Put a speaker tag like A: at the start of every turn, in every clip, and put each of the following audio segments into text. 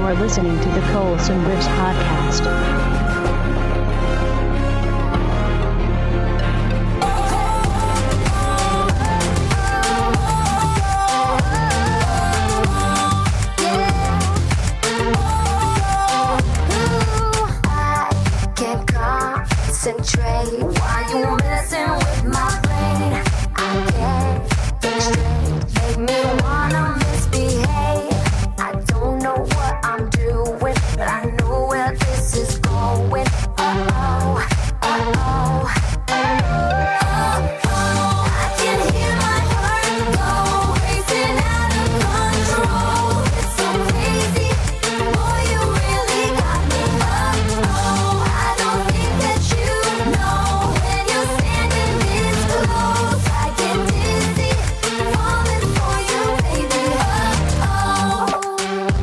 A: are listening to the Colson Ribs Podcast.
B: I can't concentrate. Why you messing with my brain? I can't think straight. Make me wanna misbehave. I don't know what I'm doing, but I know where this is going. Uh oh, uh oh. I can hear my heart go, racing out of control. It's so crazy. Boy, you really got me up. Oh, I don't think that you know when you're standing this close. I get dizzy, falling for you,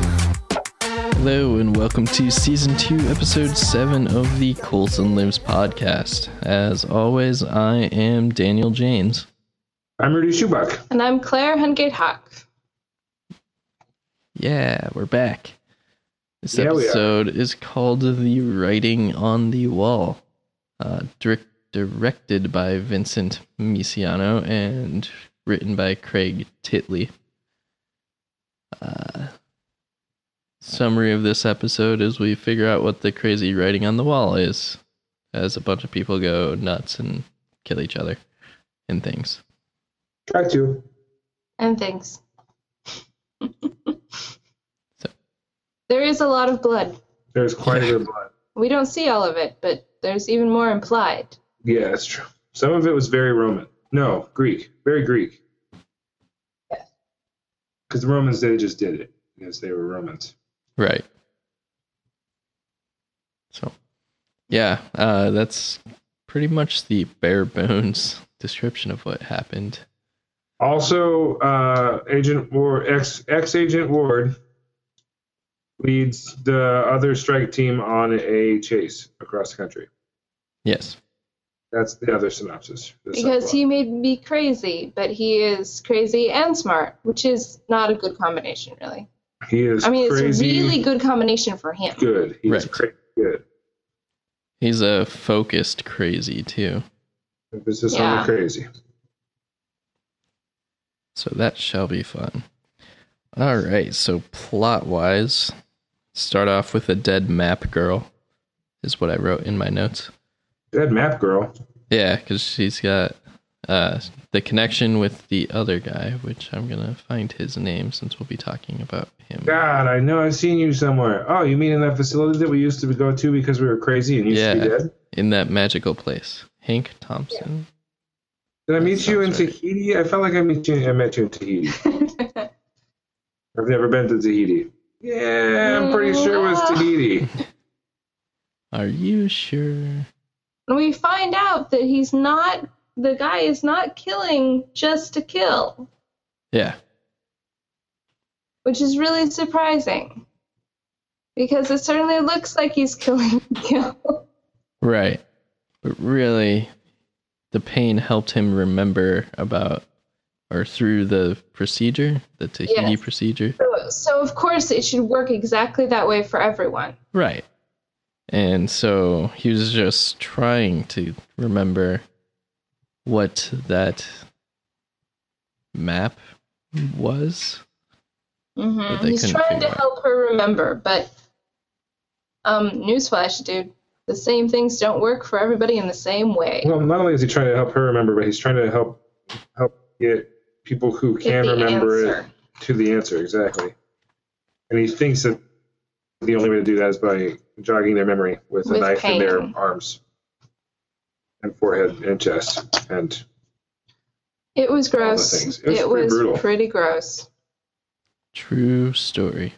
B: baby. oh.
C: Hello and welcome to season two, episode seven of the Colson Lives podcast. As always, I am Daniel James.
D: I'm Rudy Schubuck.
E: And I'm Claire Hungate Hawk.
C: Yeah, we're back. This
D: Yeah, we are.
C: episode is called "The Writing on the Wall," uh, direct, directed by Vincent Misiano and written by Craig Titley. Uh, summary of this episode is: we figure out what the crazy writing on the wall is, as a bunch of people go nuts and kill each other and things.
D: Track two.
E: And thanks.
C: So-
E: There is a lot of blood.
D: There's quite a bit of blood.
E: We don't see all of it, but there's even more implied.
D: Yeah, that's true. Some of it was very Roman. No, Greek. Very Greek.
E: Yes.
D: Because the Romans, they just did it because they were Romans.
C: Right. So, yeah, uh, that's pretty much the bare bones description of what happened.
D: Also, uh, Agent Ward, ex ex Agent Ward, leads the other strike team on a chase across the country.
C: Yes.
D: That's the other synopsis. The
E: Because
D: subplot.
E: he made me crazy, but he is crazy and smart, which is not a good combination, really.
D: he is
E: I mean, it's a
D: crazy
E: really good combination for him.
D: good. He's
C: Right.
D: crazy good.
C: He's a focused crazy, too.
D: Emphasis
E: Yeah.
D: on the crazy.
C: So that shall be fun. All right. So, plot wise, start off with a dead map girl, is what I wrote in my notes.
D: Dead map girl.
C: Yeah, because she's got uh, the connection with the other guy, which I'm going to find his name since we'll be talking about him.
D: God, I know I've seen you somewhere. Oh, you mean in that facility that we used to go to because we were crazy and used to be
C: Yeah.
D: dead?
C: in that magical place. Hank Thompson.
D: Did I
C: That
D: meet you in
C: sounds right.
D: Tahiti? I felt like I met you. I met you in Tahiti. I've never been to Tahiti. Yeah, I'm pretty sure it was
E: Mm.
D: Tahiti.
C: Are you sure?
E: And we find out that he's not, the guy is not killing just to kill,
C: Yeah.
E: which is really surprising. Because it certainly looks like he's killing to kill.
C: Right. But really, the pain helped him remember about or through the procedure, the Tahiti
E: Yes.
C: procedure.
E: So- So of course it should work exactly that way for everyone.
C: Right. And so he was just trying to remember what that map was. But they
E: He's
C: couldn't
E: trying to
C: figure out.
E: help her remember, but um, newsflash, dude, the same things don't work for everybody in the same way.
D: Well, not only is he trying to help her remember, but he's trying to help help get people who
E: Get
D: can
E: the
D: remember
E: answer.
D: it to the answer exactly. And he thinks that the only way to do that is by jogging their memory with, a
E: With
D: knife in their
E: pain.
D: arms and forehead and chest and
E: It was
D: things.
E: gross.
D: It was
E: It
D: pretty
E: was
D: brutal.
E: pretty gross.
C: True story.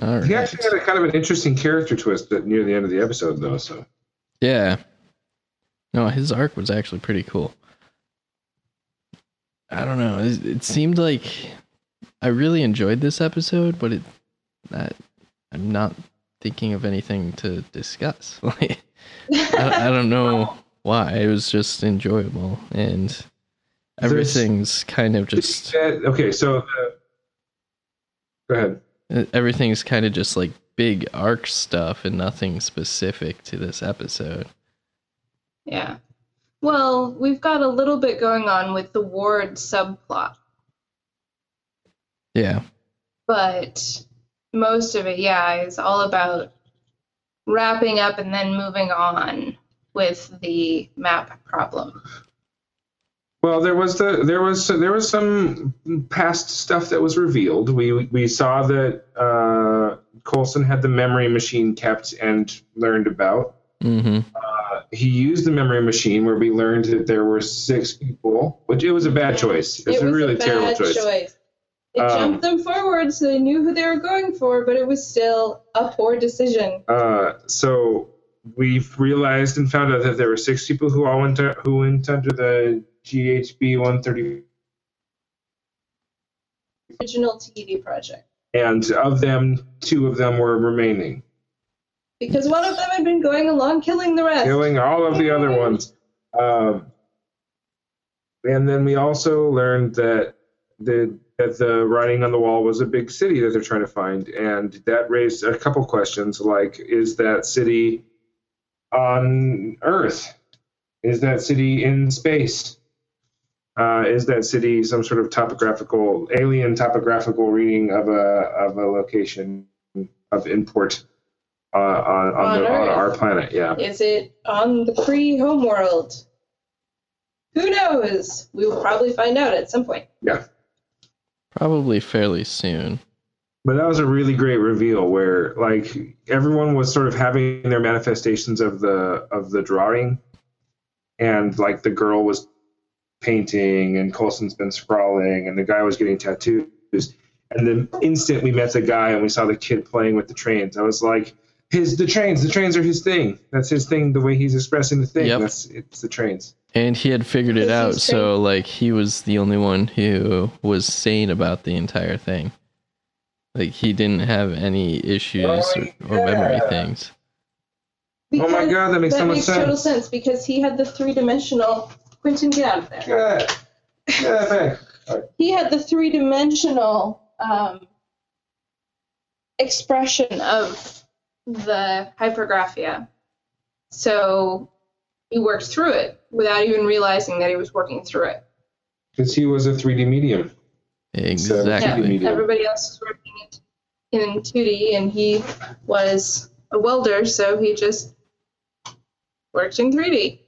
C: All right.
D: He actually had a kind of an interesting character twist at near the end of the episode, though. So
C: Yeah. No, his arc was actually pretty cool. I don't know. It, it seemed like I really enjoyed this episode, but it I, I'm not thinking of anything to discuss. Like, I, I don't know why. It was just enjoyable, and
D: There's-
C: everything's kind of
D: Did he
C: just
D: get- okay. So the, Go ahead.
C: Uh, Everything's kind of just like big arc stuff and nothing specific to this episode.
E: Yeah. Well, we've got a little bit going on with the Ward subplot,
C: Yeah.
E: but most of it, yeah, is all about wrapping up and then moving on with the map problem.
D: Well, there was the there was there was some past stuff that was revealed. We we saw that uh, Colson had the memory machine kept and learned about.
C: hmm
D: He used the memory machine where we learned that there were six people, which it was a bad choice. It's a really terrible choice.
E: It
D: Um,
E: jumped them forward so they knew who they were going for, but it was still a poor decision.
D: Uh, so we've realized and found out that there were six people who all went to, who went under the GHB 130,
E: Original TD project.
D: and of them, two of them were remaining.
E: Because one of them had been going along killing the rest.
D: killing all of the other ones. Um, and then we also learned that the that the writing on the wall was a big city that they're trying to find, and that raised a couple questions like, is that city on Earth? Is that city in space? Uh, is that city some sort of topographical alien topographical reading of a of a location of import uh, on on,
E: On
D: the, on
E: Earth.
D: our planet? Yeah.
E: Is it on the pre homeworld? Who knows? We will probably find out at some point.
D: Yeah.
C: Probably fairly soon.
D: But that was a really great reveal where like everyone was sort of having their manifestations of the of the drawing and like the girl was painting and Colson's been scrawling and the guy was getting tattoos and the instant we met the guy and we saw the kid playing with the trains I was like his the trains the trains are his thing that's his thing the way he's expressing the thing
C: Yep.
D: that's it's the trains
C: And he had figured it
E: This
C: out,
E: is
C: so like he was the only one who was sane about the entire thing. Like he didn't have any issues
D: Oh,
C: or, or memory
D: yeah.
C: things.
D: Oh my
E: Because
D: God, that makes so
E: that
D: much
E: makes total sense because he had the three dimensional. Quentin, get out of there.
D: yeah yeah back.
E: He had the three dimensional um, expression of the hypergraphia. So he worked through it without even realizing that he was working through it.
D: because he was a 3D medium
C: Exactly.
D: Yeah.
E: Everybody else was working in, in 2D, and he was a welder, so he just worked in 3D,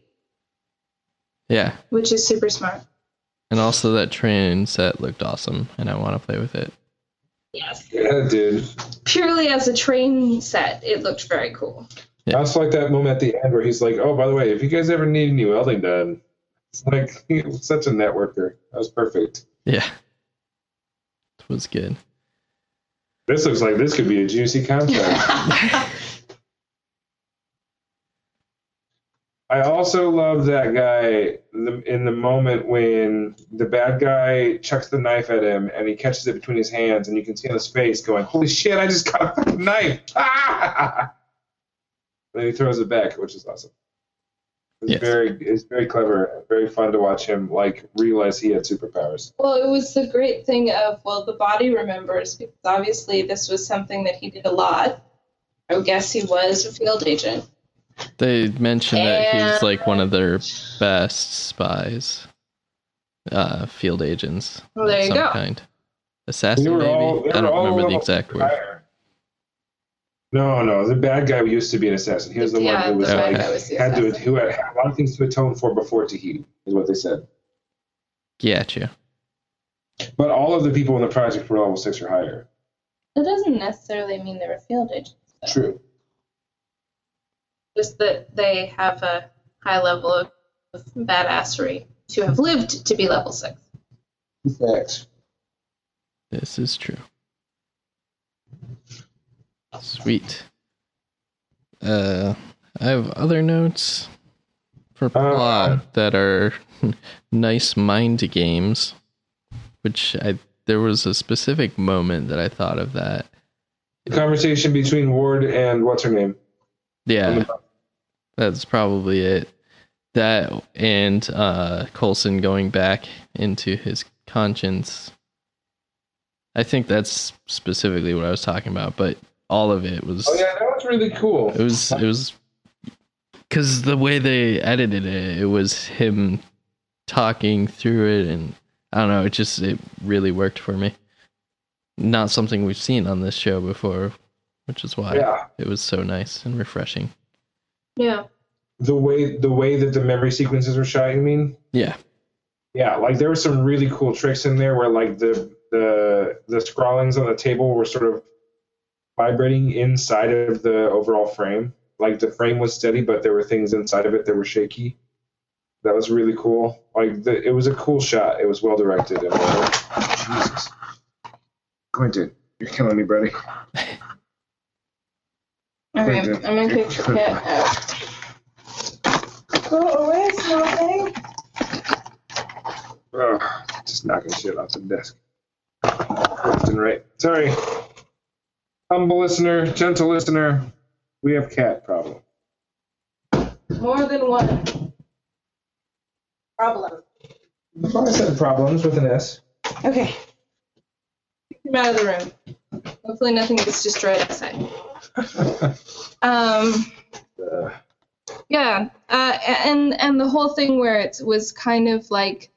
C: Yeah.
E: which is super smart.
C: And also that train set looked awesome and I want to play with it.
E: Yes.
D: yeah dude
E: Purely as a train set, it looked very cool.
C: Yeah.
D: I also like that moment at the end where he's like, "Oh, by the way, if you guys ever need any welding done, it's like he was such a networker. That was perfect.
C: Yeah. It was good.
D: This looks like this could be a juicy contract." I also love that guy the- in the moment when the bad guy chucks the knife at him and he catches it between his hands, and you can see on his face going, "Holy shit! I just got a fucking knife!" Ah! And then he throws it back, which is awesome. It's
C: Yes.
D: very, it's very clever and very fun to watch him like realize he had superpowers.
E: Well, it was the great thing of, well, the body remembers, because obviously this was something that he did a lot. I would guess he was a field agent.
C: They mentioned that he's
E: And-
C: like one of their best spies. Uh field agents.
E: Well, there
C: of
E: you
C: some
E: go.
C: kind.
D: They
C: Assassin
D: were
C: maybe?
D: all- they
C: I don't
D: were all
C: remember the
D: level
C: exact word.
D: higher. No, no, the bad guy used to be an assassin. He was the
E: yeah,
D: one who was
E: the
D: like
E: bad guy was the
D: had to
E: assassin.
D: who had a lot of things to atone for before Tahiti is what they said.
C: Gotcha.
D: But all of the people in the project were level six or higher.
E: That doesn't necessarily mean they were field agents. though.
D: True.
E: just that they have a high level of badassery to have lived to be level six.
D: Facts.
C: This is true. Sweet. Uh, I have other notes
D: Uh,
C: for plot that are nice mind games, which I there was a specific moment that I thought of that.
D: The conversation between Ward and what's her name?
C: Yeah,
D: Um,
C: that's probably it. That and uh, Colson going back into his conscience I think that's specifically what I was talking about, but all of it was
D: Oh yeah, that was really cool.
C: it was it was because the way they edited it, it was him talking through it, and I don't know, it just it really worked for me. Not something we've seen on this show before, which is why
D: Yeah,
C: it was so nice and refreshing.
E: Yeah.
D: the way the way that the memory sequences were shot. You mean?
C: Yeah,
D: Yeah, like there were some really cool tricks in there where like the the the scrawlings on the table were sort of vibrating inside of the overall frame. Like the frame was steady, but there were things inside of it that were shaky. That was really cool. Like the, it was a cool shot. It was well directed. And, Jesus, Quentin, you're killing me, buddy.
E: All right. I'm
D: Okay.
E: gonna kick the cat out. Go away, Snow Thing.
D: Ugh, just knocking shit off the desk. Left and right. Sorry. Humble listener, gentle listener, we have cat problem.
E: More than one problem.
D: I said problems with an S.
E: Okay. Kick him out of the room. Hopefully, nothing gets destroyed outside. um.
D: Uh,
E: Yeah, uh, and and the whole thing where it was kind of like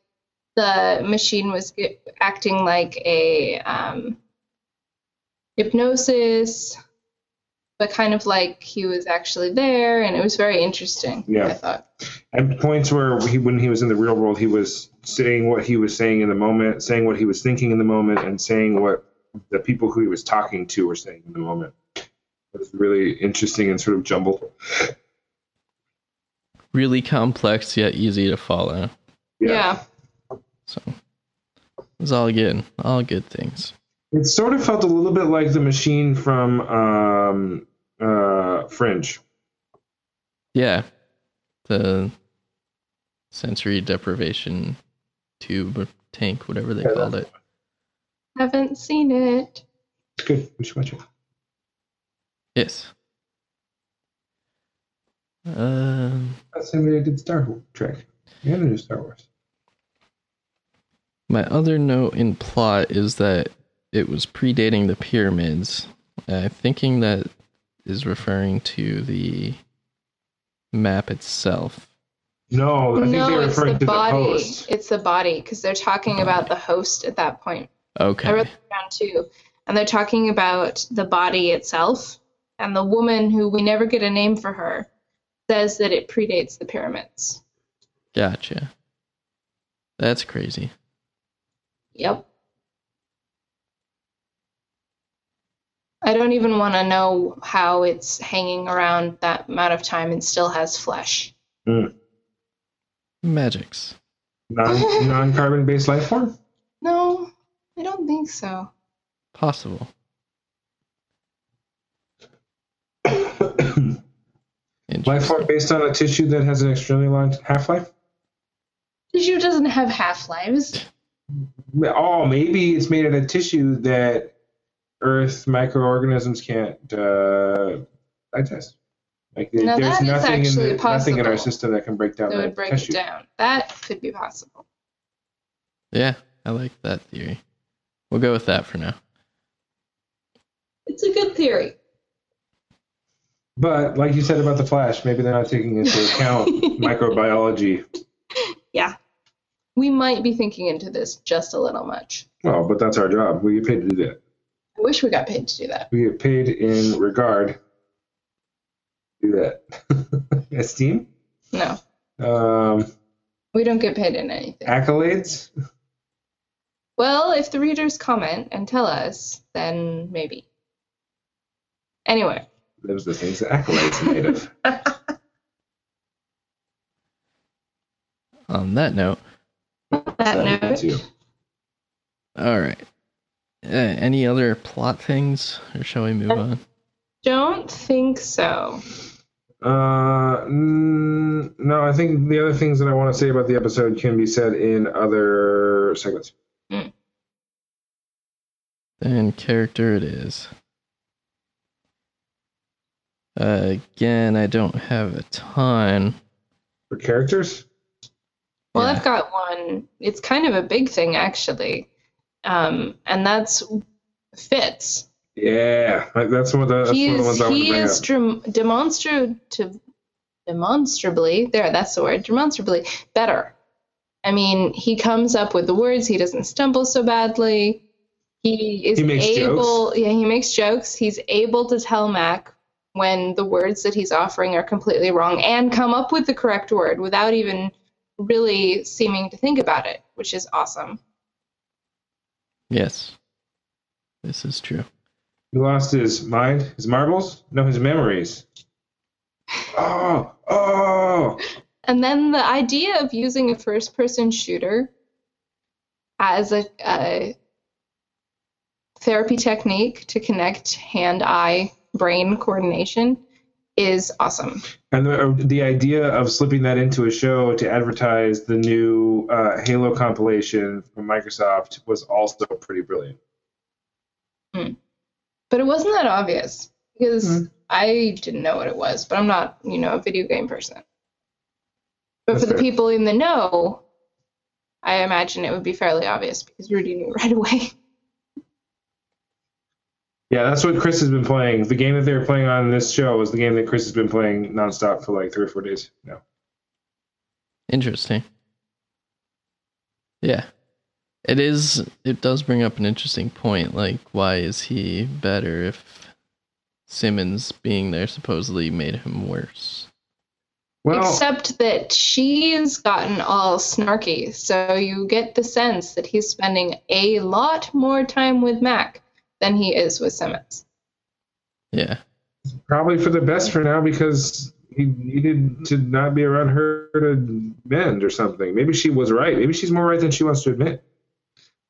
E: the machine was ge- acting like a um, hypnosis, but kind of like he was actually there, and it was very interesting.
D: Yeah.
E: I thought.
D: and points where he, when he was in the real world, he was saying what he was saying in the moment, saying what he was thinking in the moment, and saying what the people who he was talking to were saying in the moment. It was really interesting and sort of jumbled.
C: really complex yet easy to follow.
E: Yeah.
C: So it's all good, all good things.
D: It sort of felt a little bit like the machine from um, uh, Fringe.
C: Yeah, the sensory deprivation tube or tank, whatever they
D: Yeah,
C: called it.
E: haven't seen it.
D: It's good. We should watch it.
C: Yes. Um,
D: That's the same way I did Star Trek. And the new Star Wars.
C: my other note in plot is that it was predating the pyramids. Uh, thinking that is referring to the map itself.
D: No, I think they
E: no,
D: were
E: it's the
D: referring to
E: body.
D: the host.
E: It's the body because they're talking about the host at that point.
C: Okay.
E: I wrote that down too. And they're talking about the body itself. And the woman who we never get a name for her says that it predates the pyramids.
C: Gotcha. That's crazy.
E: Yep. I don't even want to know how it's hanging around that amount of time and still has flesh.
C: Magics.
D: Non non carbon based life form?
E: No, I don't think so.
C: Possible.
D: Life form based on a tissue that has an extremely long half life?
E: Tissue doesn't have half lives.
D: Oh, maybe it's made out of tissue that Earth microorganisms can't uh, digest. Like
E: Now
D: there's
E: that is
D: nothing in
E: actually
D: the, nothing in our
E: possible.
D: system that can break down
E: That
D: that
E: would break
D: tissue.
E: it down. That could be possible.
C: Yeah, I like that theory. We'll go with that for now.
E: It's a good theory.
D: But like you said about the Flash, maybe they're not taking into account microbiology.
E: Yeah. We might be thinking into this just a little much.
D: Well, but that's our job. We get paid to do that.
E: I wish we got paid to do that.
D: We get paid in regard. Do that. Esteem,
E: No,
D: um,
E: we don't get paid in anything.
D: accolades.
E: Well, if the readers comment and tell us, then maybe. Anyway,
D: Those are the things that accolades are made of.
C: On that note,
E: that
D: That
E: note,
D: too.
C: all right. Uh, any other plot things, or shall we move on?
E: don't think so.
D: Uh, mm, no, I think the other things that I want to say about the episode can be said in other segments.
C: Then character it is. Uh, again, I don't have a ton.
D: For characters,
E: Well,
C: Yeah.
E: I've got one. It's kind of a big thing, actually. um, and that's Fitz.
D: Yeah, like, that's one of the, that's
E: He
D: one of the
E: is
D: ones I want to
E: he
D: bring
E: is
D: up.
E: dem- demonstrative, demonstrably there. That's the word. Demonstrably better. I mean, he comes up with the words. He doesn't stumble so badly. He is
D: He makes
E: able. Yeah, he makes jokes. He's able to tell Mac when the words that he's offering are completely wrong and come up with the correct word without even really seeming to think about it, which is awesome.
C: Yes. This is true.
D: He lost his mind, his marbles? No, his memories. Oh, oh!
E: And then the idea of using a first person shooter as a, a therapy technique to connect hand eye brain coordination is awesome.
D: And the, the idea of slipping that into a show to advertise the new uh, Halo compilation from Microsoft was also pretty brilliant.
E: But it wasn't that obvious because
D: Hmm.
E: I didn't know what it was, but I'm not, you know, a video game person. But
D: That's
E: for the
D: fair.
E: people in the know, I imagine it would be fairly obvious because Rudy knew right away.
D: Yeah, that's what Chris has been playing. The game that they were playing on this show was the game that Chris has been playing nonstop for like three or four days now.
C: Interesting. Yeah. It is it does bring up an interesting point, like why is he better if Simmons being there supposedly made him worse?
D: Well,
E: Except that she's gotten all snarky, so you get the sense that he's spending a lot more time with Mac than he is with Simmons.
C: Yeah.
D: probably for the best for now because he needed to not be around her to bend or something. Maybe she was right. Maybe she's more right than she wants to admit.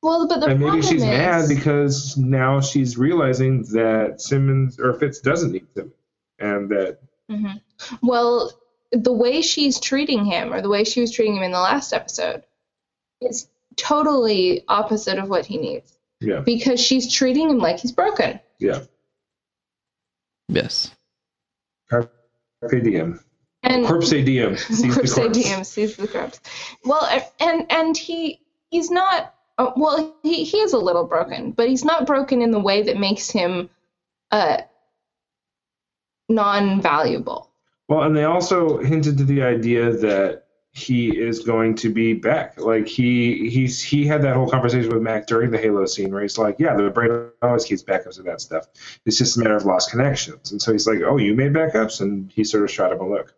E: Well, but the
D: and
E: problem
D: maybe she's
E: is,
D: mad because now she's realizing that Simmons or Fitz doesn't need Simmons, and that
E: Mhm. well, the way she's treating him, or the way she was treating him in the last episode, is totally opposite of what he needs
D: yeah,
E: because she's treating him like he's broken.
D: yeah,
C: Yes.
D: carpe diem,
E: And
D: corpse diem, seize the
E: Mm. corpse
D: corpse.
E: ADM sees the corpse. Well, and and he he's not. uh, Well, he he is a little broken, but he's not broken in the way that makes him uh non-valuable.
D: Well, and they also hinted to the idea that he is going to be back. Like he he's he had that whole conversation with Mac during the Halo scene where he's like, Yeah, the brain always keeps backups of that stuff. It's just a matter of lost connections. And so he's like, Oh, you made backups? And he sort of shot him a look.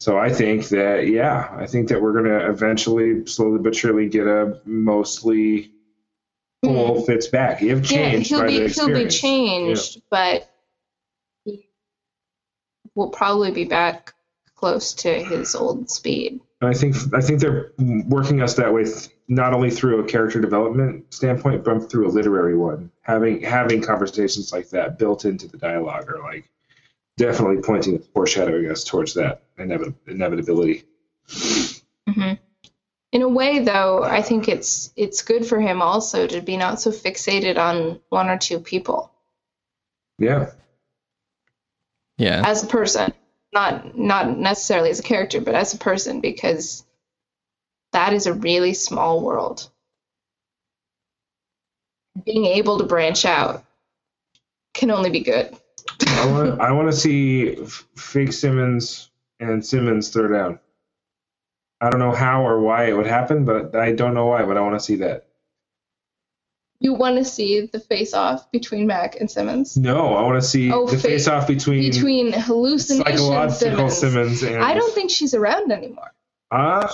D: So I think that yeah, I think that we're gonna eventually slowly but surely get a mostly full fits back. You have
E: Hmm. Mm. Yeah,
D: changed
E: he'll
D: by the
E: be he'll be
D: experience.
E: changed, but he will probably be back close to his old speed.
D: And I think I think they're working us that way, th- not only through a character development standpoint, but through a literary one. Having having conversations like that built into the dialogue are like definitely pointing foreshadowing us towards that inevit- inevitability.
E: hmm In a way, though, I think it's it's good for him also to be not so fixated on one or two people
D: Yeah,
C: Yeah.
E: as a person, not not necessarily as a character, but as a person, because that is a really small world. Being able to branch out can only be good.
D: I want I want to see F- fake Simmons and Simmons throw down. I don't know how or why it would happen, but I don't know why, but I want to see that.
E: You want to see the face off between Mac and Simmons
D: No, I want to see
E: Oh,
D: the
E: fake-
D: face off between,
E: between hallucination
D: Mm. psychological
E: Simmons.
D: Simmons. and
E: I don't think she's around anymore.
D: Uh,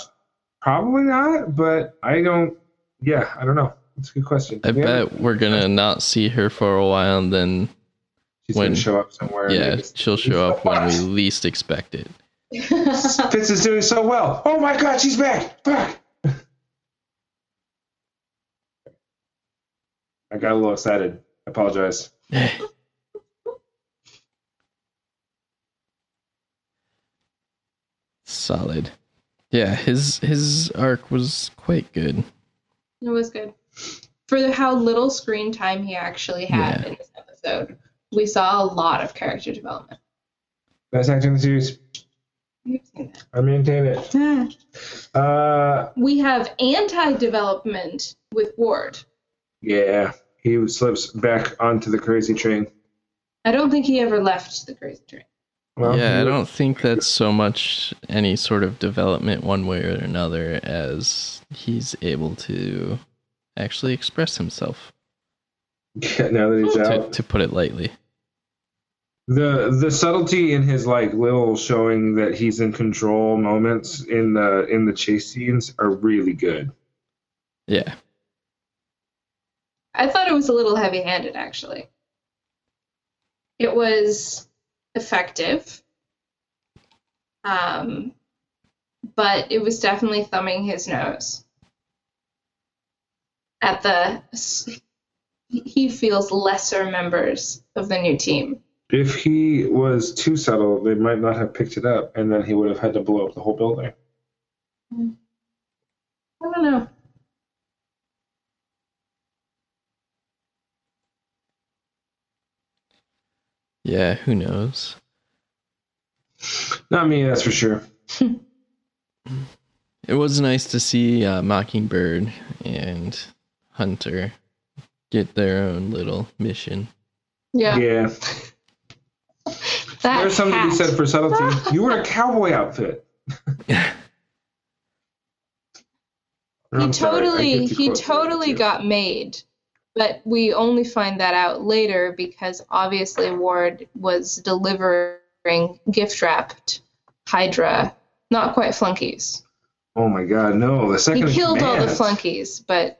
D: probably not, but I don't. Yeah, I don't know. It's a good question.
C: I
D: We haven't-
C: bet we're gonna not see her for a while and then
D: she's
C: when-
D: gonna show up somewhere.
C: yeah,
D: Like,
C: she'll show up when we least expect it.
D: Fitz is doing so well. Oh my God, she's back! Fuck. I got a little excited. I apologize.
C: Solid. Yeah, his his arc was quite good.
E: It was good. For how little screen time he actually had
C: Yeah.
E: in this episode, we saw a lot of character development.
D: Best actor in the series.
E: We've seen that.
D: I maintain it. Uh,
E: We have anti development with Ward.
D: Yeah, he slips back onto the crazy train.
E: I don't think he ever left the crazy train.
D: Well,
C: yeah, I don't think that's so much any sort of development one way or another as he's able to actually express himself,
D: Yeah, now that he's
C: to,
D: out,
C: to put it lightly.
D: the the subtlety in his like little showing that he's in control moments in the in the chase scenes are really good.
C: Yeah.
E: I thought it was a little heavy handed, actually. It was effective, um, but it was definitely thumbing his nose at the. He feels lesser members of the new team.
D: If he was too subtle, they might not have picked it up, and then he would have had to blow up the whole building.
E: I don't know.
C: Yeah, who knows?
D: Not me, that's for sure.
C: It was nice to see uh, Mockingbird and Hunter get their own little mission.
E: Yeah.
D: Yeah,
E: That
D: there's something to
E: hat.
D: be said for subtlety. You were a cowboy outfit.
E: he
D: I'm sorry, I
E: totally
D: get too
E: he
D: close to that,
E: totally
D: too.
E: got made but we only find that out later because obviously ward was delivering gift wrapped hydra not quite flunkies
D: Oh my god, no! The
E: he
D: second in
E: killed all the
D: command.
E: flunkies but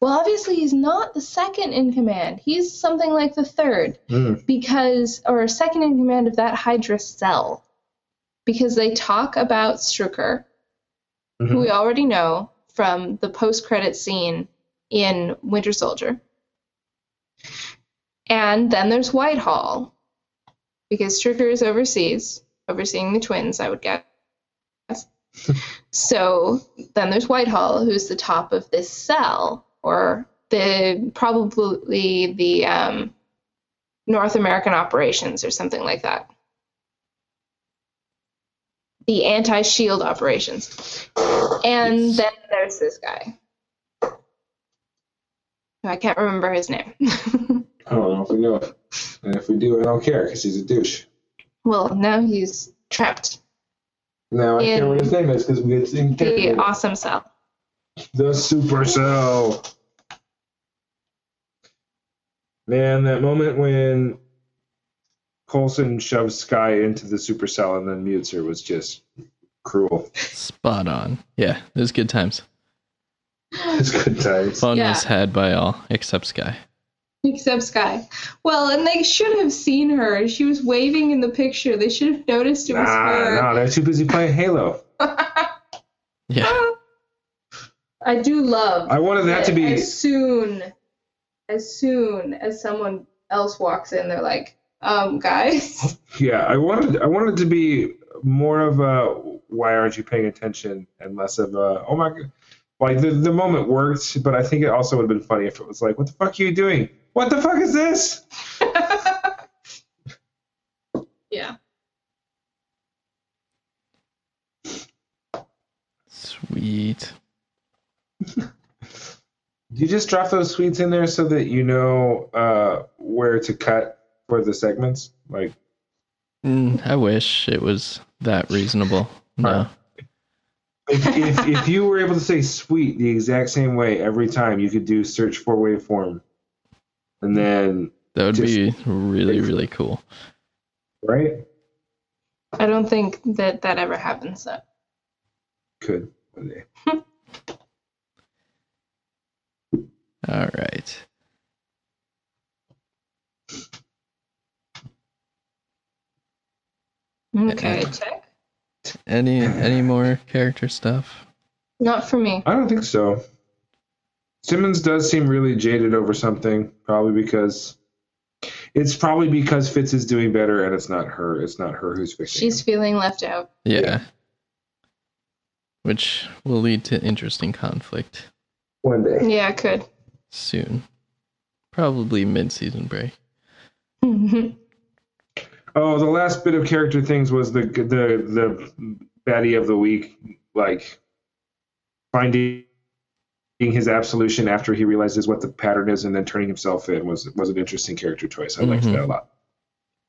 E: well obviously he's not the second in command he's something like the third
D: Mm.
E: because or second in command of that hydra cell because they talk about Strucker who
D: Mhm.
E: we already know from the post credit scene in Winter Soldier. And then there's Whitehall, because Stricker is overseas, overseeing the twins, I would guess. so then there's Whitehall, who's the top of this cell, or the probably the um, North American operations or something like that the anti shield operations. And
C: Yes.
E: then there's this guy. I can't remember his name.
D: I don't know if we know it, and if we do, I don't care because he's a douche.
E: well, now he's trapped
D: Now I
E: Yeah.
D: care what his name is because it's
E: the
D: interrogated.
E: awesome cell.
D: The Supercell. Man, that moment when Colson shoves Sky into the Supercell and then mutes her was just cruel.
C: Spot on. Yeah, it was good times.
D: It's good times.
C: Fun
E: Yeah.
C: was had by all except Sky.
E: Except Sky. Well, and they should have seen her. She was waving in the picture. They should have noticed it
D: Nah,
E: was her.
D: nah, they're too busy playing Halo.
C: Yeah.
E: I do love
D: I wanted that to be.
E: as soon as soon as someone else walks in, they're like, um, guys.
D: Yeah, I wanted. I wanted to be more of a why aren't you paying attention and less of a oh my god. Like the, the moment worked, but I think it also would have been funny if it was like, what the fuck are you doing? What the fuck is this?
E: yeah.
C: Sweet.
D: Do you just drop those sweets in there so that you know uh, where to cut for the segments? Like,
C: Mm, I wish it was that reasonable. No.
D: if, if, if you were able to say sweet the exact same way every time, you could do search for waveform. And then,
C: That would be really, really cool.
D: right?
E: I don't think that that ever happens though.
D: Could one day.
C: All right.
E: Okay,
C: Yeah.
E: check.
C: Any any more character stuff?
E: Not for me.
D: I don't think so. Simmons does seem really jaded over something, probably because it's probably because Fitz is doing better and it's not her. It's not her who's fixing
E: She's feeling left out.
C: Yeah.
D: Yeah.
C: Which will lead to interesting conflict
D: it. one day.
E: Yeah, I could.
C: soon. Probably mid season break.
D: Oh, the last bit of character things was the the the baddie of the week, like finding being his absolution after he realizes what the pattern is and then turning himself in was was an interesting character choice. I liked
C: Mhm.
D: that a lot.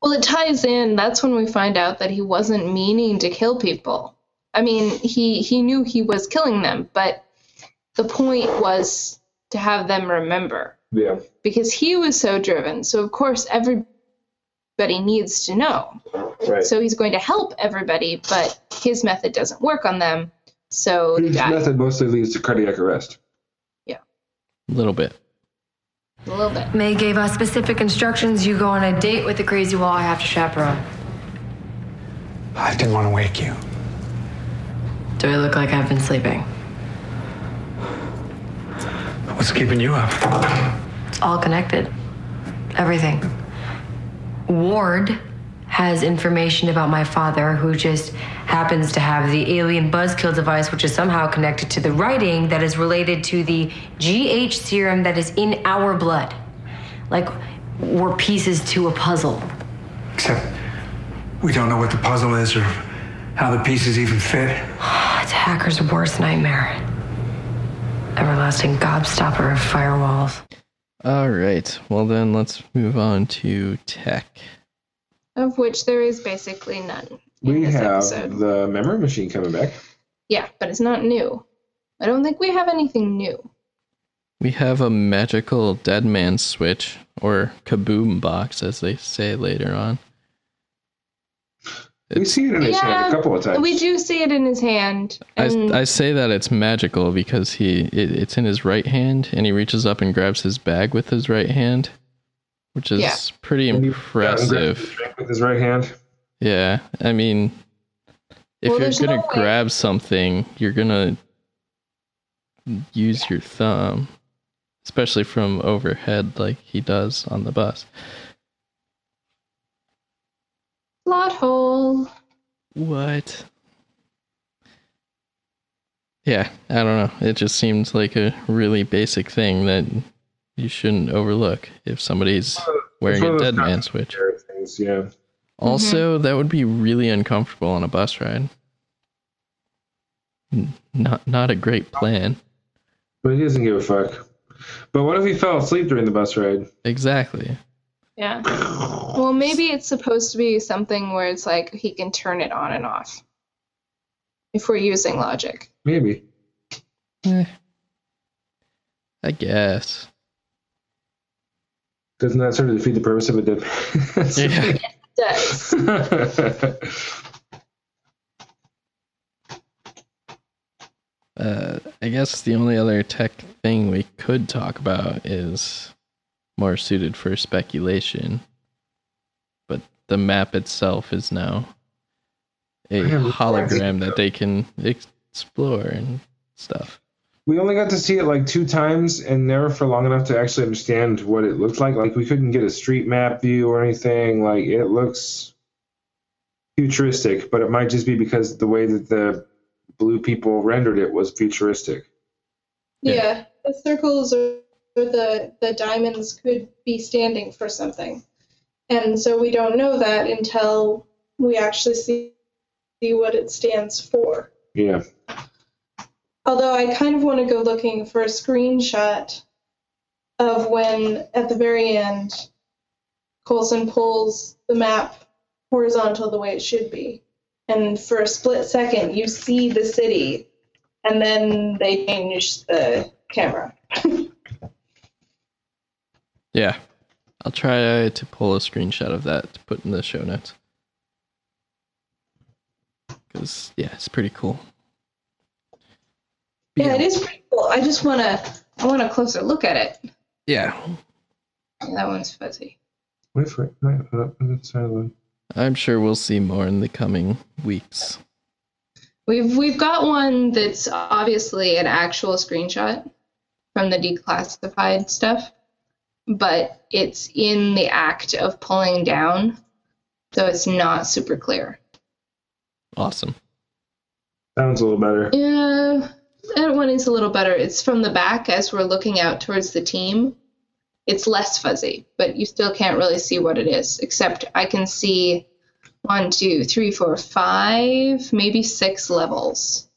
E: Well, it ties in. That's when we find out that he wasn't meaning to kill people. I mean, he he knew he was killing them, but the point was to have them remember
D: Yeah.
E: because he was so driven. So of course everybody needs to know.
D: Right.
E: So he's going to help everybody, but his method doesn't work on them. So they
D: His
E: die
D: method mostly leads to cardiac arrest.
C: A little bit.
E: a little bit.
F: May gave us specific instructions. You go on a date with the crazy wall. I have to chaperone.
G: I didn't want to wake you.
F: Do I look like I've been sleeping?
G: What's keeping you up?
F: It's all connected. Everything. Ward has information about my father, who just happens to have the alien buzzkill device, which is somehow connected to the writing that is related to the GH serum that is in our blood. Like we're pieces to a puzzle.
G: Except we don't know what the puzzle is or how the pieces even fit.
F: It's a hacker's worst nightmare. Everlasting gobstopper of firewalls.
C: All right. Well, then let's move on to tech.
E: Of which there is basically none. in
D: We
E: this
D: have
E: episode.
D: the memory machine coming back.
E: Yeah, but it's not new. I don't think we have anything new.
C: We have a magical dead man switch, or kaboom box, as they say later on.
D: We see it in his hand a couple of times.
E: We do see it in his hand. and-
C: I, I say that it's magical because he it, it's in his right hand and he reaches up and grabs his bag with his right hand, which is
E: Yeah.
C: pretty
D: And he-
C: impressive.
D: Grabs the drink with his right hand.
C: Yeah, I mean, if
E: Well,
C: you're
E: there's no
C: gonna
E: way-
C: grab something, you're gonna use your thumb, especially from overhead, like he does on the bus.
E: Plot hole.
C: What? Yeah, I don't know. It just seems like a really basic thing that you shouldn't overlook if somebody's wearing
D: one
C: a
D: of those
C: dead man
D: common
C: switch.
D: Things, yeah.
C: Also, that would be really uncomfortable on a bus ride. N- Not not a great plan.
D: But he doesn't give a fuck. But what if he fell asleep during the bus ride?
C: Exactly.
E: Yeah. Well, maybe it's supposed to be something where it's like he can turn it on and off. If we're using logic.
D: Maybe.
C: Eh. I guess.
D: Doesn't that sort of defeat the purpose of a dead
C: Yeah.
D: man?
E: Does.
C: Uh, I guess the only other tech thing we could talk about is more suited for speculation. But the map itself is now a
D: Yeah, we-
C: hologram that they can explore and stuff.
D: we only got to see it like two times and never for long enough to actually understand what it looked like. Like we couldn't get a street map view or anything. Like it looks futuristic, but it might just be because the way that the blue people rendered it was futuristic.
C: Yeah.
E: The circles or the, the diamonds could be standing for something. And so we don't know that until we actually see, see what it stands for.
D: Yeah.
E: Although I kind of want to go looking for a screenshot of when, at the very end, Colson pulls the map horizontal the way it should be. And for a split second, you see the city, and then they change the camera.
C: Yeah. I'll try to pull a screenshot of that to put in the show notes. Because, yeah, it's pretty cool.
E: Yeah, it is pretty cool. I just want to, I want a closer look at it.
C: Yeah.
E: That one's fuzzy.
D: Wait for it. No, no, no, it's silent.
C: I'm sure we'll see more in the coming weeks.
E: We've we've got one that's obviously an actual screenshot from the declassified stuff, but it's in the act of pulling down, so it's not super clear.
C: Awesome.
D: Sounds a little better.
E: Yeah, that one is a little better. It's from the back as we're looking out towards the team. It's less fuzzy, but you still can't really see what it is, except I can see one, two, three, four, five, maybe six levels.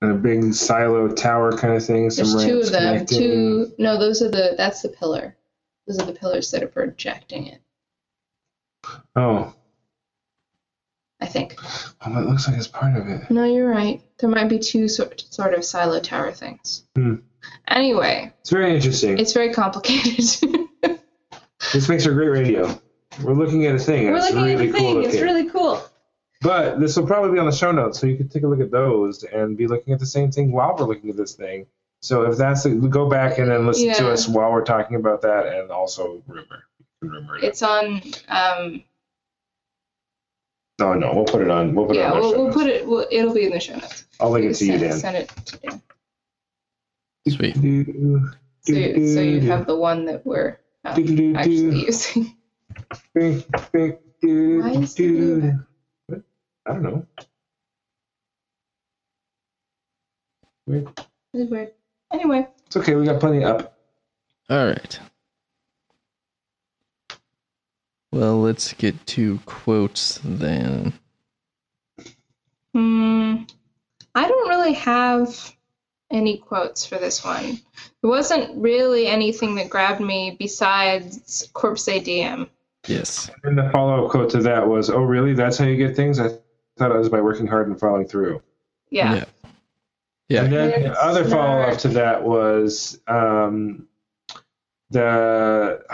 D: and a big silo tower kind of thing. Some
E: There's two
D: ramps
E: of them.
D: connecting.
E: Two. No, those are the. That's the pillar. Those are the pillars that are projecting it.
D: Oh,
E: I think.
D: well, that looks like it's part of it.
E: No, you're right. There might be two sort sort of silo tower things.
D: Hmm.
E: Anyway,
D: It's very interesting.
E: it's very complicated.
D: this makes for great radio. We're looking at a thing. and
E: We're
D: it's
E: looking
D: really
E: at the
D: cool
E: thing. It's
D: looking.
E: really cool.
D: But this will probably be on the show notes, so you can take a look at those and be looking at the same thing while we're looking at this thing. So if that's the, go back and then listen to
E: Yeah.
D: us while we're talking about that, and also rumor, You can rumor it.
E: It's on. Um,
D: no, no, we'll put it on. We'll put it
E: yeah,
D: on. our
E: we'll,
D: show
E: we'll
D: notes.
E: put it. We'll, it'll be in the show notes.
D: I'll link it to you,
E: send,
D: Dan.
E: Send it to Dan.
C: Sweet.
D: Do,
E: So,
D: do,
E: so you
D: do,
E: have the one that we're
D: do,
E: um,
D: do, do,
E: actually using.
D: do, do, do,
E: Why is
D: do,
E: it doing
D: What? I don't know. Weird.
E: This is weird. Anyway,
D: It's okay. We got plenty up.
C: All right. Well, let's get to quotes then.
E: Hmm. I don't really have any quotes for this one. There wasn't really anything that grabbed me besides Corpse ADM.
C: Yes.
D: And the follow up quote to that was, "Oh, really? That's how you get things? I thought it was by working hard and following through."
E: Yeah.
C: Yeah. Yeah.
D: And then
E: It's
D: the other
E: not-
D: follow up to that was, um, "The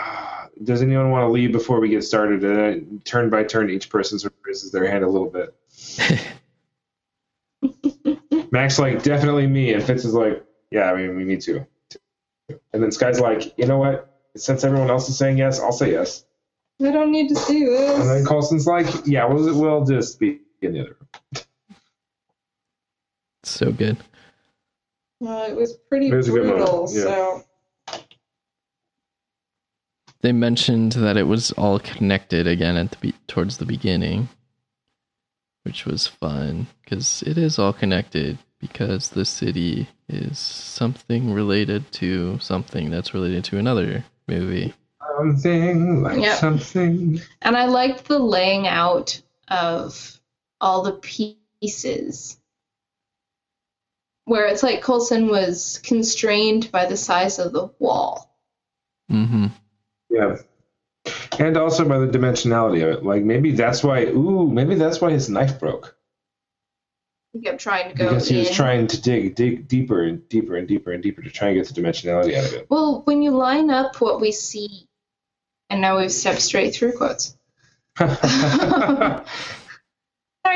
D: does anyone want to leave before we get started?" And then turn by turn, each person sort of raises their hand a little bit. Max like definitely me, and Fitz is like, "Yeah, I mean, we need to." And then Sky's like, "You know what? Since everyone else is saying yes, I'll say yes."
E: I don't need to see
D: And then
E: this.
D: Colson's like, "Yeah, we'll, we'll just be in the other." room."
C: So good.
E: Well, it was pretty
D: It was a good moment,
E: brutal,
D: yeah.
E: so
C: They mentioned that it was all connected again at the be- towards the beginning, which was fun because it is all connected because the city is something related to something that's related to another movie.
D: Something like
E: Yep.
D: something.
E: and I liked the laying out of all the pieces. Where it's like Colson was constrained by the size of the wall.
C: Mm-hmm.
D: Yeah. And also by the dimensionality of it. Like maybe that's why ooh, maybe that's why his knife broke.
E: He kept trying to go
D: Because he was
E: in.
D: trying to dig dig deeper and deeper and deeper and deeper to try and get the dimensionality out of it.
E: Well, when you line up what we see, and now we've stepped straight through quotes. Sorry,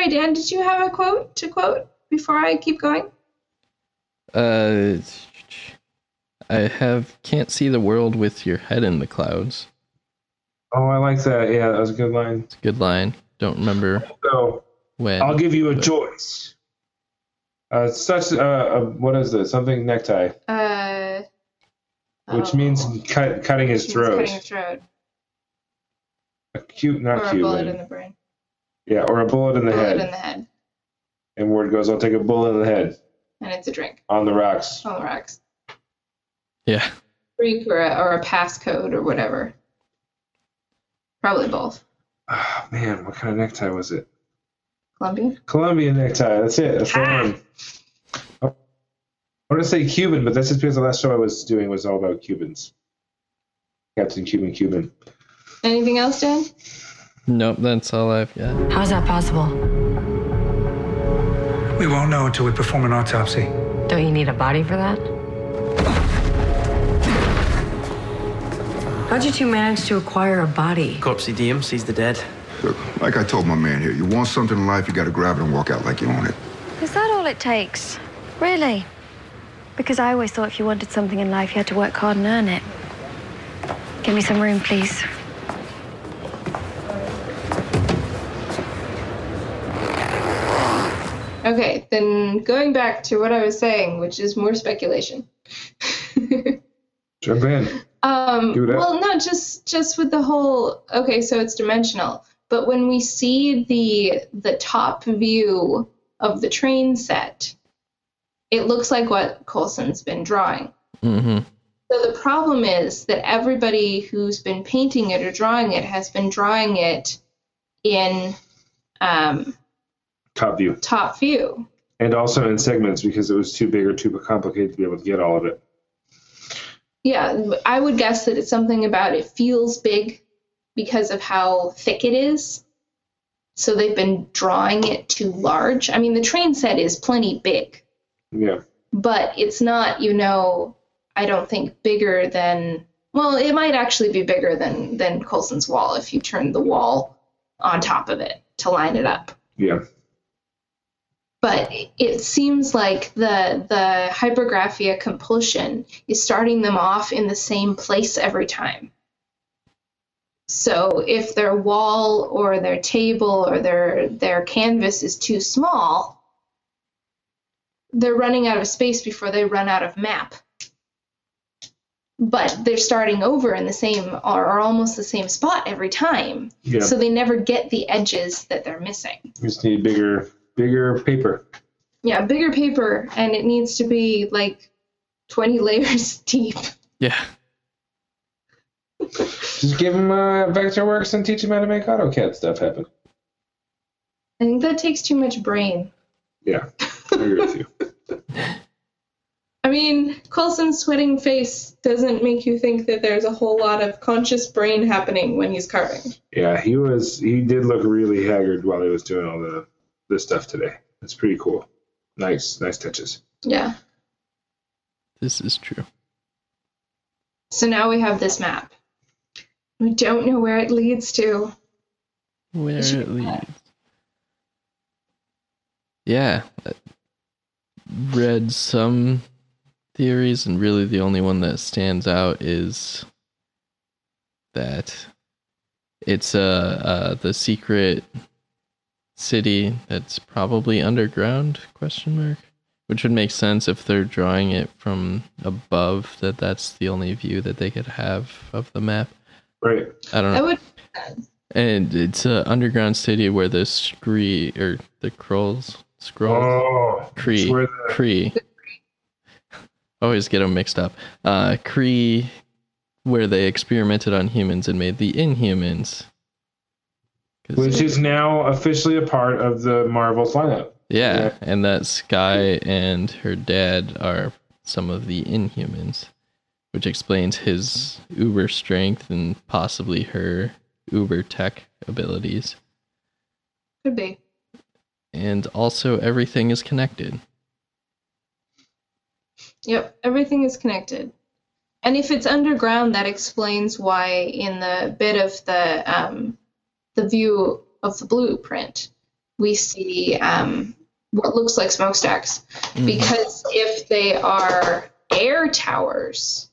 E: Dan, did you have a quote to quote before I keep going?
C: Uh, I have can't see the world with your head in the clouds.
D: oh, I like that. Yeah, that was a good line.
C: It's a good line. Don't remember
D: So
C: when.
D: I'll give you a choice. Uh, such uh, uh, what is this? Something necktie,
E: Uh,
D: which
E: oh,
D: means cut, cutting his
E: she's
D: throat.
E: Cutting his throat.
D: A cute,
E: Or
D: not
E: a
D: cute.
E: bullet
D: one.
E: in the brain.
D: Yeah, or a bullet in the
E: bullet
D: head.
E: in the head.
D: And Ward goes, I'll take a bullet in the head
E: And it's a drink
D: on the rocks.
E: on the rocks.
C: yeah.
E: Drink or a, or a passcode or whatever. Probably both.
D: Ah, man, what kind of necktie was it?
E: Columbia?
D: Colombian necktie. That's it. That's the
E: Ah.
D: one. I want to say Cuban, but that's just because the last show I was doing was all about Cubans. Captain Cuban Cuban.
E: Anything else, Dan?
C: Nope, that's all I've got.
F: How's that possible?
G: We won't know until we perform an autopsy.
F: Don't you need a body for that? How'd you two manage to acquire a body?
H: Corpse DM sees the dead.
I: Look, like I told my man here, you want something in life, you gotta grab it and walk out like you own it.
J: Is that all it takes? Really? Because I always thought if you wanted something in life, you had to work hard and earn it. Give me some room, please.
E: Okay, then going back to what I was saying, which is more speculation.
D: Jump in.
E: Um,
D: Do that.
E: well, no, just just with the whole. Okay, so it's dimensional, but when we see the the top view of the train set, it looks like what Colson's been drawing.
C: Mm-hmm.
E: So the problem is that everybody who's been painting it or drawing it has been drawing it in um,
D: Top view.
E: top view.
D: and also in segments because it was too big or too complicated to be able to get all of it.
E: Yeah, I would guess that it's something about it feels big because of how thick it is. So they've been drawing it too large. I mean, the train set is plenty big,
D: Yeah.
E: but it's not, you know, I don't think bigger than, well, it might actually be bigger than than Colson's wall if you turn the wall on top of it to line it up.
D: Yeah.
E: but it seems like the the hypergraphia compulsion is starting them off in the same place every time. So if their wall or their table or their their canvas is too small, they're running out of space before they run out of map. But they're starting over in the same or, or almost the same spot every time.
D: Yeah.
E: So they never get the edges that they're missing.
D: You just need bigger, bigger paper.
E: Yeah, bigger paper, and it needs to be like 20 layers deep.
C: Yeah.
D: Just give them uh, Vectorworks and teach them how to make AutoCAD stuff happen.
E: I think that takes too much brain.
D: Yeah, I agree with you.
E: I mean, Coulson's sweating face doesn't make you think that there's a whole lot of conscious brain happening when he's carving.
D: Yeah, he was. He did look really haggard while he was doing all the the stuff today. That's pretty cool. Nice, nice touches.
E: Yeah.
C: This is true.
E: So now we have this map. We don't know where it leads to.
C: Where
E: should
C: it leads. Yeah. I read some theories, and really the only one that stands out is that it's uh, uh the secret city that's probably underground question mark which would make sense if they're drawing it from above that that's the only view that they could have of the map
D: Right.
C: i don't know
E: I would.
C: and it's an underground city where the scree or the Krolls, scrolls,
D: Oh,
C: Cree,
D: it's where the-
C: Cree. Always get them mixed up. Uh, Cree, where they experimented on humans and made the Inhumans. 'Cause-
D: which is now officially a part of the Marvel lineup.
C: yeah,
D: yeah.
C: and that Sky and her dad are some of the Inhumans, which explains his uber strength and possibly her uber tech abilities.
E: Could be.
C: and also everything is connected.
E: Yep, everything is connected. And if it's underground, that explains why in the bit of the um, the view of the blueprint, we see um, what looks like smokestacks. Because if they are air towers,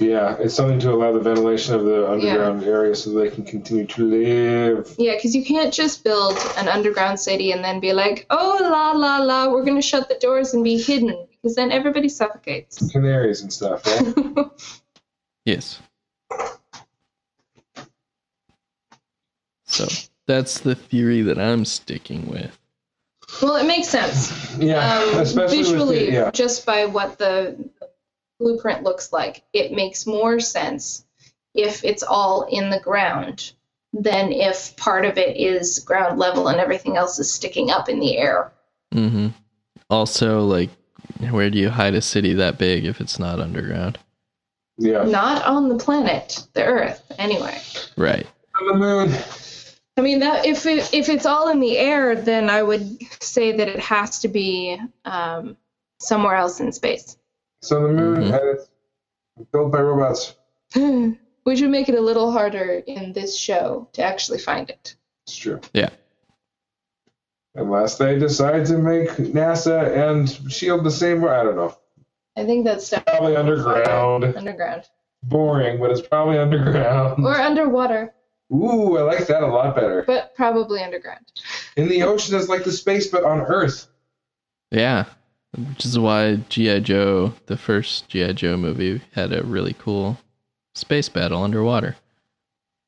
D: Yeah, it's something to allow the ventilation of the underground area so they can continue to live.
E: yeah, because you can't just build an underground city and then be like, oh la la la, we're gonna shut the doors and be hidden, because then everybody suffocates.
D: Canaries and stuff, right?
C: Yes. So that's the theory that I'm sticking with.
E: Well, it makes sense.
D: yeah,
E: um,
D: especially
E: visually,
D: with the, yeah,
E: just by what the blueprint looks like, it makes more sense if it's all in the ground than if part of it is ground level and everything else is sticking up in the air.
C: Mm-hmm. Also, like, where do you hide a city that big if it's not underground?
D: yeah.
E: Not on the planet, the Earth, anyway.
C: Right.
D: On the moon.
E: I mean, that if it, if it's all in the air, then I would say that it has to be um, somewhere else in space,
D: So the moon
C: Mhm.
D: and it's built by robots.
E: which would make it a little harder in this show to actually find it.
D: It's true.
C: Yeah.
D: Unless they decide to make NASA and Shield the same way. I don't know.
E: I think that's definitely
D: Probably underground.
E: underground
D: Boring, but it's probably underground.
E: or underwater,
D: Ooh, I like that a lot better.
E: but probably underground.
D: In the ocean is like the space, but on Earth.
C: Yeah. Which is why G.I. Joe, the first G.I. Joe movie, had a really cool space battle underwater.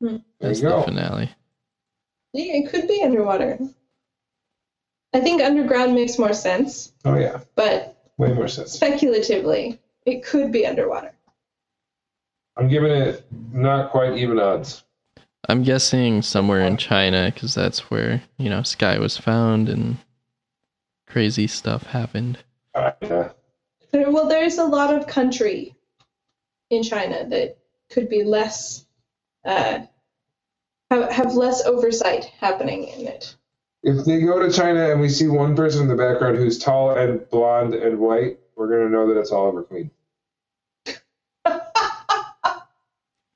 D: There
C: That's
D: you
C: the
D: go.
C: finale.
E: Yeah, it could be underwater. I think underground makes more sense,
D: Oh yeah,
E: but
D: way more sense.
E: speculatively, it could be underwater.
D: I'm giving it not quite even odds.
C: I'm guessing somewhere in China because that's where you know Sky was found and crazy stuff happened.
D: Uh, yeah.
E: There, well, there's a lot of country in China that could be less, uh, have, have less oversight happening in it.
D: If they go to China and we see one person in the background who's tall and blonde and white, we're gonna know that it's Oliver Queen.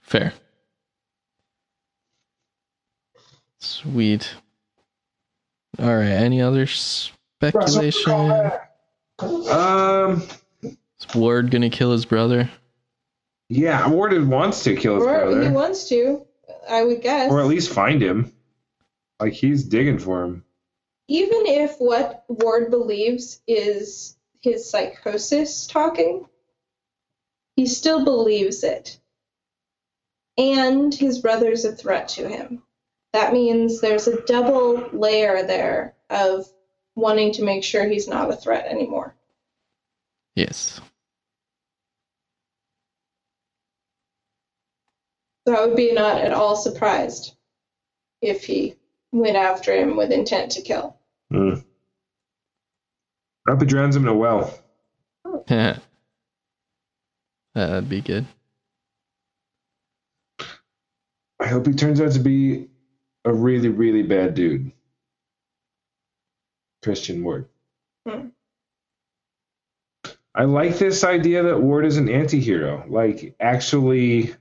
C: Fair. Sweet. All right. Any other speculation?
D: Um,
C: Is Ward gonna kill his brother?
D: yeah, Warden wants to kill his
E: Or he
D: brother,
E: wants to, I would guess.
D: or at least find him. Like he's digging for him.
E: Even if what Ward believes is his psychosis talking, he still believes it. And his brother's a threat to him. That means there's a double layer there of wanting to make sure he's not a threat anymore.
C: Yes.
E: So I would be not at all surprised if he went after him with intent to kill.
D: Mm. I hope he drowns him in a well.
C: Yeah. That'd be good.
D: I hope he turns out to be a really, really bad dude. Christian Ward.
E: Hmm.
D: I like this idea that Ward is an anti hero. Like, actually,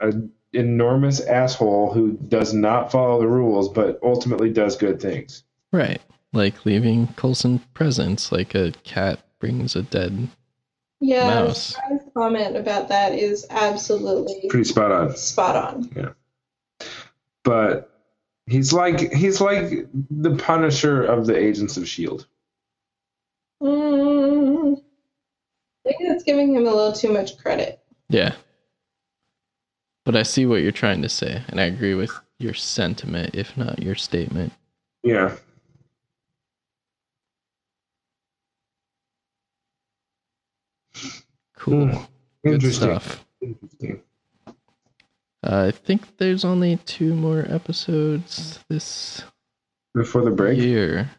D: an enormous asshole who does not follow the rules, but ultimately does good things.
C: Right. Like leaving Colson presents, like a cat brings a dead.
E: Yeah,
C: Mouse.
E: Ryan's comment about that is absolutely
D: Pretty spot on.
E: spot on.
D: But he's like he's like the punisher of the agents of shield.
E: Mm. I think that's giving him a little too much credit.
C: Yeah. But I see what you're trying to say, and I agree with your sentiment, if not your statement.
D: Yeah.
C: Cool. Good
D: Interesting.
C: stuff.
D: Interesting.
C: Uh, I think there's only two more episodes this
D: Before the break.
C: year.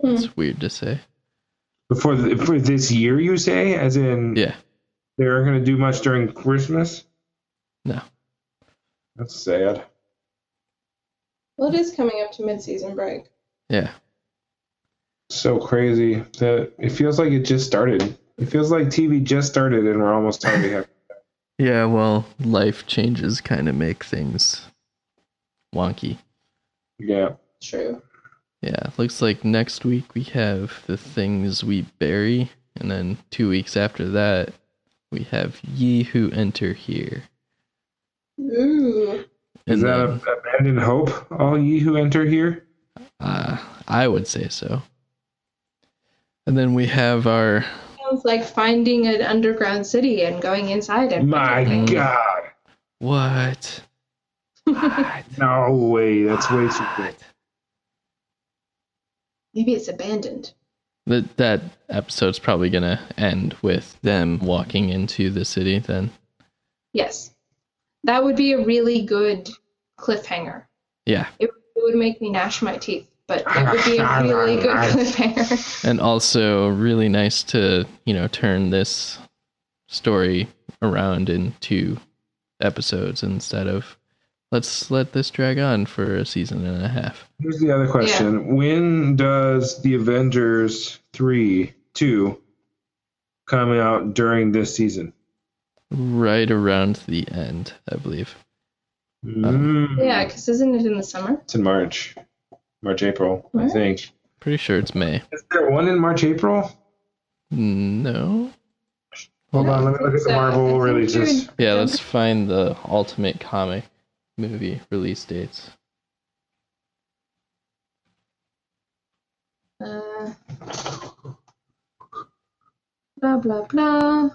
E: Hmm.
C: That's weird to say.
D: Before the, for this year, you say, as in
C: Yeah.
D: they aren't going to do much during Christmas.
C: No.
D: That's sad.
E: Well, it is coming up to mid-season break.
C: Yeah.
D: So crazy that it feels like it just started. It feels like TV just started, and we're almost time to have.
C: Yeah, well, life changes kind of make things wonky.
D: Yeah.
E: True.
C: Yeah, looks like next week we have the things we bury, and then two weeks after that we have ye who enter here.
E: Ooh.
C: And
D: Is that
C: then,
D: a- abandoned hope? All ye who enter here.
C: uh, I would say so. And then we have our
E: Sounds like finding an underground city and going inside and
D: My
C: Mm.
E: protecting it.
D: God!
C: what? What?
D: No way! That's way too good.
E: maybe it's abandoned.
C: that that episode's probably gonna end with them walking into the city. Then,
E: Yes. That would be a really good cliffhanger.
C: yeah,
E: It, it would make me gnash my teeth, but it would be a really good cliffhanger.
C: and also really nice to you know turn this story around in two episodes instead of let's let this drag on for a season and a half
D: Here's the other question: When does the Avengers three two come out during this season?
C: right around the end i believe
D: Mm.
E: Yeah, because isn't it in the summer?
D: It's in March, March April, I
E: March?
D: think.
C: pretty sure it's may
D: Is there one in March April?
C: no
D: Hold on, let me look at
E: I think
D: the
E: so. I
D: Marvel
E: think
D: releases.
E: June.
C: yeah let's find the ultimate comic movie release dates
E: Uh, blah blah blah.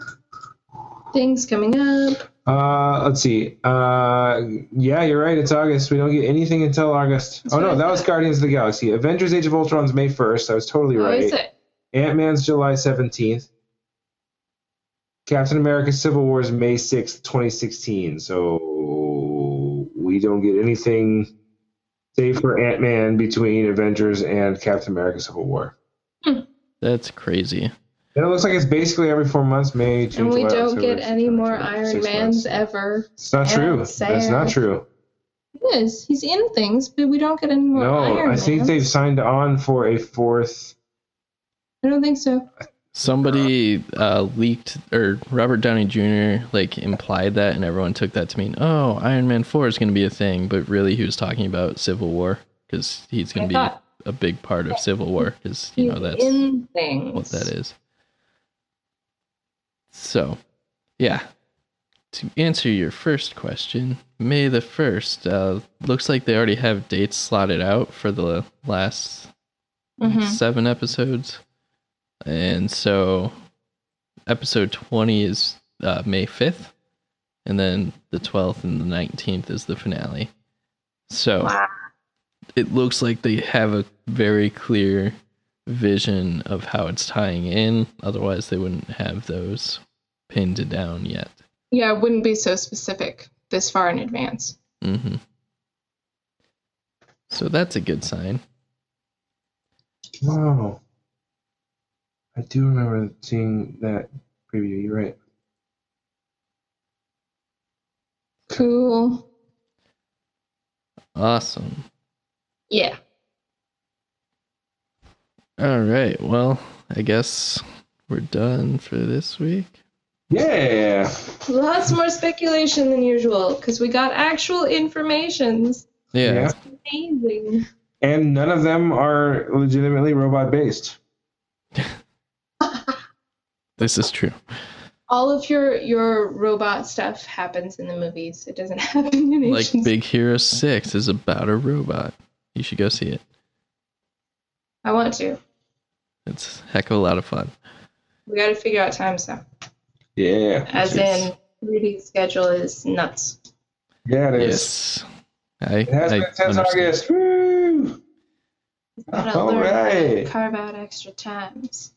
E: Things coming up.
D: Uh, let's see. Uh, yeah, you're right. It's August. We don't get anything until August. oh
E: what
D: no,
E: I
D: that was
E: thought.
D: Guardians of the Galaxy. Avengers: Age of Ultron's May 1st. I was totally
E: Oh,
D: right.
E: is it?
D: Ant Man's July 17th. Captain America: Civil War is May 6th, 2016. So we don't get anything save for Ant Man between Avengers and Captain America: Civil War.
C: That's crazy.
D: And it looks like it's basically every four months, May, June,
E: and we
D: July,
E: don't
D: October,
E: get any
D: September,
E: more
D: October,
E: Iron
D: six
E: Mans
D: months.
E: ever.
D: It's not
E: Yeah,
D: true.
E: it's
D: That's not
E: sad.
D: true.
E: He is. He's in things, but we don't get any more
D: No,
E: Iron
D: I think
E: Mans.
D: they've signed on for a fourth.
E: I don't think so.
C: Somebody uh, leaked, or Robert Downey Jr. like implied that, and everyone took that to mean, oh, Iron Man Four is going to be a thing, but really he was talking about Civil War because he's going
E: I
C: to
E: thought-
C: be a big part of Civil War because you
E: He's
C: know that's
E: in things.
C: what that is. So, yeah. To answer your first question, May the 1st, uh, looks like they already have dates slotted out for the last
E: Mhm.
C: seven episodes. And so, episode 20 is uh, May 5th, and then the 12th and the 19th is the finale. So,
E: Wow.
C: it looks like they have a very clear vision of how it's tying in. Otherwise, they wouldn't have those pinned down yet.
E: Yeah, it wouldn't be so specific this far in advance.
C: hmm So that's a good sign.
D: Wow. I do remember seeing that preview. You're right.
E: Cool.
C: Awesome.
E: Yeah.
C: All right. Well, I guess we're done for this week.
D: Yeah.
E: Lots more speculation than usual because we got actual informations.
C: Yeah.
D: Yeah.
E: Amazing.
D: And none of them are legitimately robot based.
C: This is true.
E: All of your your robot stuff happens in the movies. It doesn't happen in
C: Like
E: Asians.
C: Big Hero 6 is about a robot. You should go see it.
E: I want to.
C: It's a heck of a lot of fun.
E: We got to figure out time so.
D: Yeah.
E: As
C: Yes.
E: in, Rudy's schedule is nuts.
D: Yeah, it is.
C: Yes. I,
D: It has
C: I
D: been since
C: understand.
D: August. Woo!
E: Gotta
D: All
E: learn how to
D: right.
E: carve out extra times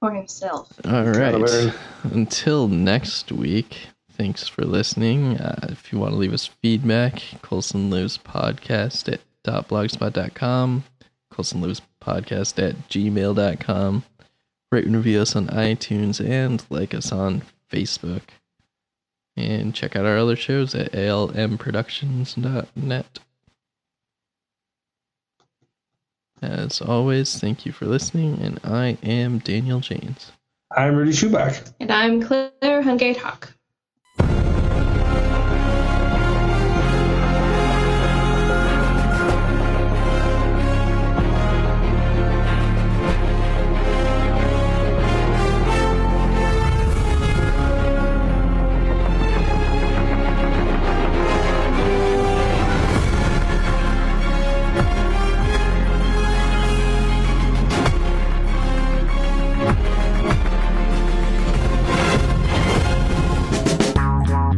E: for himself.
C: All
D: Gotta
C: right.
D: learn.
C: Until next week, thanks for listening. Uh, if you want to leave us feedback, Colson Lives Podcast at .blogspot.com, Colson Lives Podcast at gmail.com. Rate and review us on iTunes and like us on Facebook. And check out our other shows at almproductions.net. As always, thank you for listening, and I am Daniel James.
D: I'm Rudy Schubach.
E: And I'm Claire Hungate Hawk.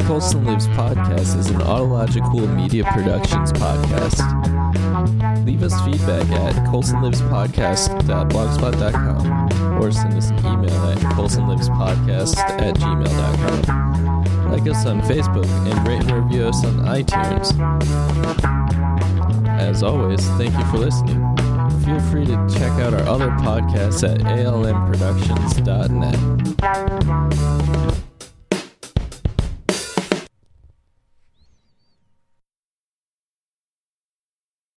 C: Colson Lives Podcast is an Autological Media Productions podcast. Leave us feedback at colsonlivespodcast.blogspot.com or send us an email at colsonlivespodcast at gmail.com. Like us on Facebook and rate and review us on iTunes. As always, thank you for listening. Feel free to check out our other podcasts at almproductions.net.